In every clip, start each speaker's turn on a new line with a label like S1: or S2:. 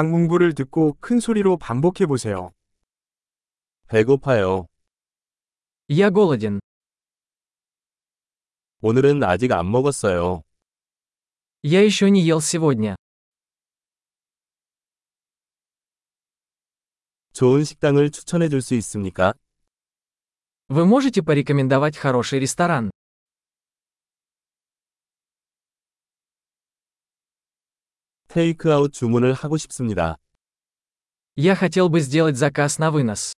S1: 강문부를 듣고 큰 소리로 반복해 보세요.
S2: 배고파요.
S3: Я голоден.
S2: 오늘은 아직 안 먹었어요.
S3: Я еще не ел сегодня.
S2: 좋은 식당을 추천해 줄 수 있습니까?
S3: Вы можете порекомендовать хороший ресторан?
S2: 테이크아웃 주문을 하고 싶습니다.
S3: Я хотел бы сделать заказ на вынос.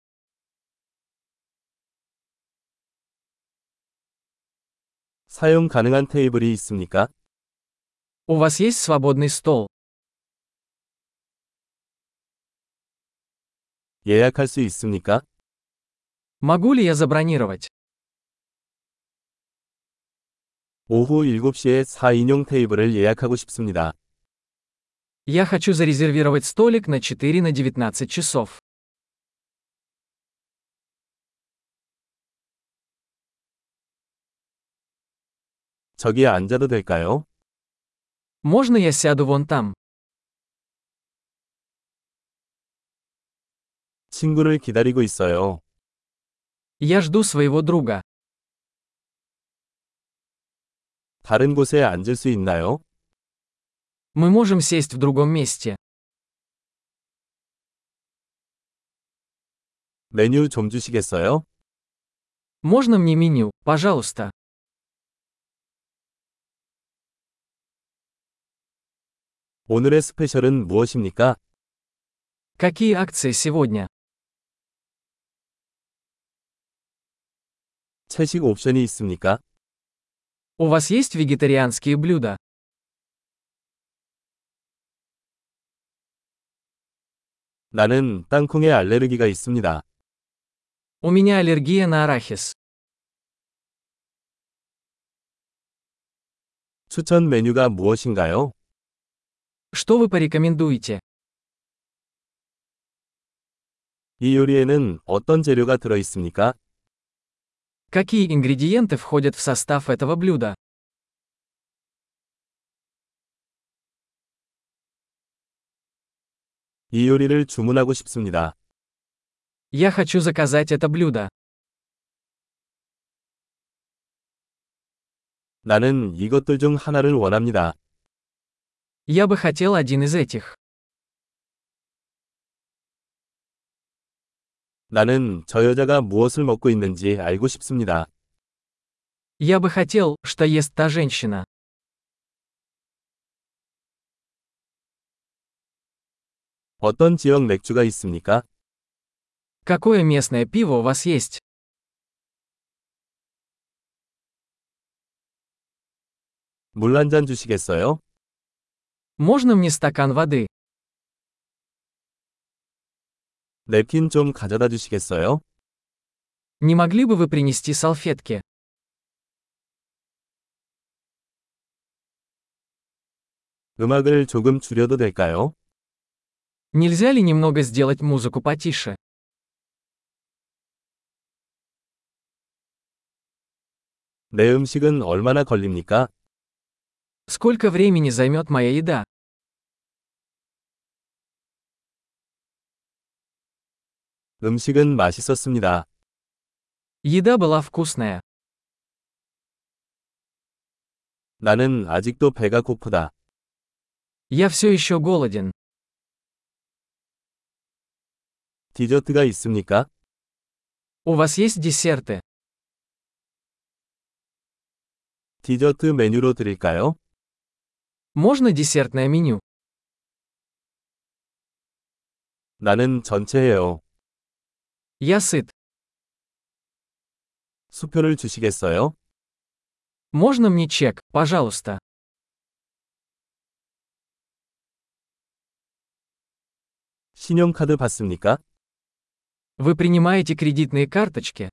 S2: 사용 가능한 테이블이 있습니까?
S3: У вас есть свободный стол?
S2: 예약할 수 있습니까?
S3: Могу ли я забронировать?
S2: 오후 7시에 4인용 테이블을 예약하고 싶습니다.
S3: Я хочу зарезервировать столик на 4 на 19 часов.
S2: 저기 앉아도 될까요?
S3: Можно я сяду вон там?
S2: 친구를 기다리고 있어요.
S3: Я жду своего друга.
S2: 다른 곳에 앉을 수 있나요?
S3: Мы можем сесть в другом месте.
S2: 메뉴 좀 주시겠어요?
S3: Можно мне меню, пожалуйста?
S2: 오늘의 스페셜은 무엇입니까?
S3: Какие акции сегодня?
S2: 채식 옵션이 있습니까?
S3: У вас есть вегетарианские блюда?
S2: 나는 땅콩에 알레르기가 있습니다.
S3: У меня аллергия на арахис.
S2: 추천 메뉴가 무엇인가요?
S3: Что вы порекомендуете?
S2: 이 요리에는 어떤 재료가 들어 있습니까?
S3: Какие ингредиенты входят в состав этого блюда?
S2: 이 요리를 주문하고 싶습니다.
S3: Я хочу заказать это блюдо.
S2: 나는 이것들 중 하나를 원합니다.
S3: Я бы хотел один из этих.
S2: 나는 저 여자가 무엇을 먹고 있는지 알고 싶습니다.
S3: Я бы хотел, что ест та женщина.
S2: 어떤 지역 맥주가 있습니까?
S3: Какое местное пиво у вас есть?
S2: 물 한 잔 주시겠어요?
S3: Можно мне стакан воды?
S2: 냅킨 좀 가져다 주시겠어요?
S3: Не могли бы вы принести салфетки?
S2: 음악을 조금 줄여도 될까요?
S3: Нельзя ли немного сделать музыку потише?
S2: 내 음식은 얼마나 걸립니까?
S3: Сколько времени займет моя еда?
S2: 음식은 맛있었습니다.
S3: Еда была вкусная.
S2: 나는 아직도 배가 고프다.
S3: Я все еще голоден.
S2: 디저트가 있습니까?
S3: У вас есть десерты?
S2: 디저트 메뉴로 드릴까요?
S3: Можно десертное меню?
S2: 나는 전체예요.
S3: Я сыт.
S2: 수표를 주시겠어요?
S3: Можно мне чек, пожалуйста?
S2: 신용카드 받습니까?
S3: Вы принимаете кредитные карточки?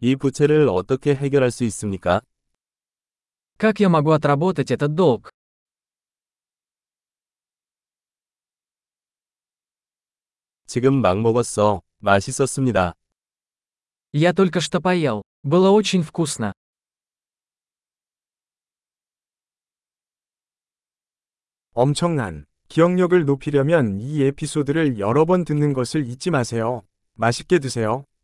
S2: 이 부채를 어떻게 해결할 수 있습니까?
S3: Как я могу отработать этот долг?
S2: 지금 막 먹었어. 맛있었습니다.
S3: Я только что поел. Было очень вкусно.
S1: 엄청난 기억력을 높이려면 이 에피소드를 여러 번 듣는 것을 잊지 마세요. 맛있게 드세요.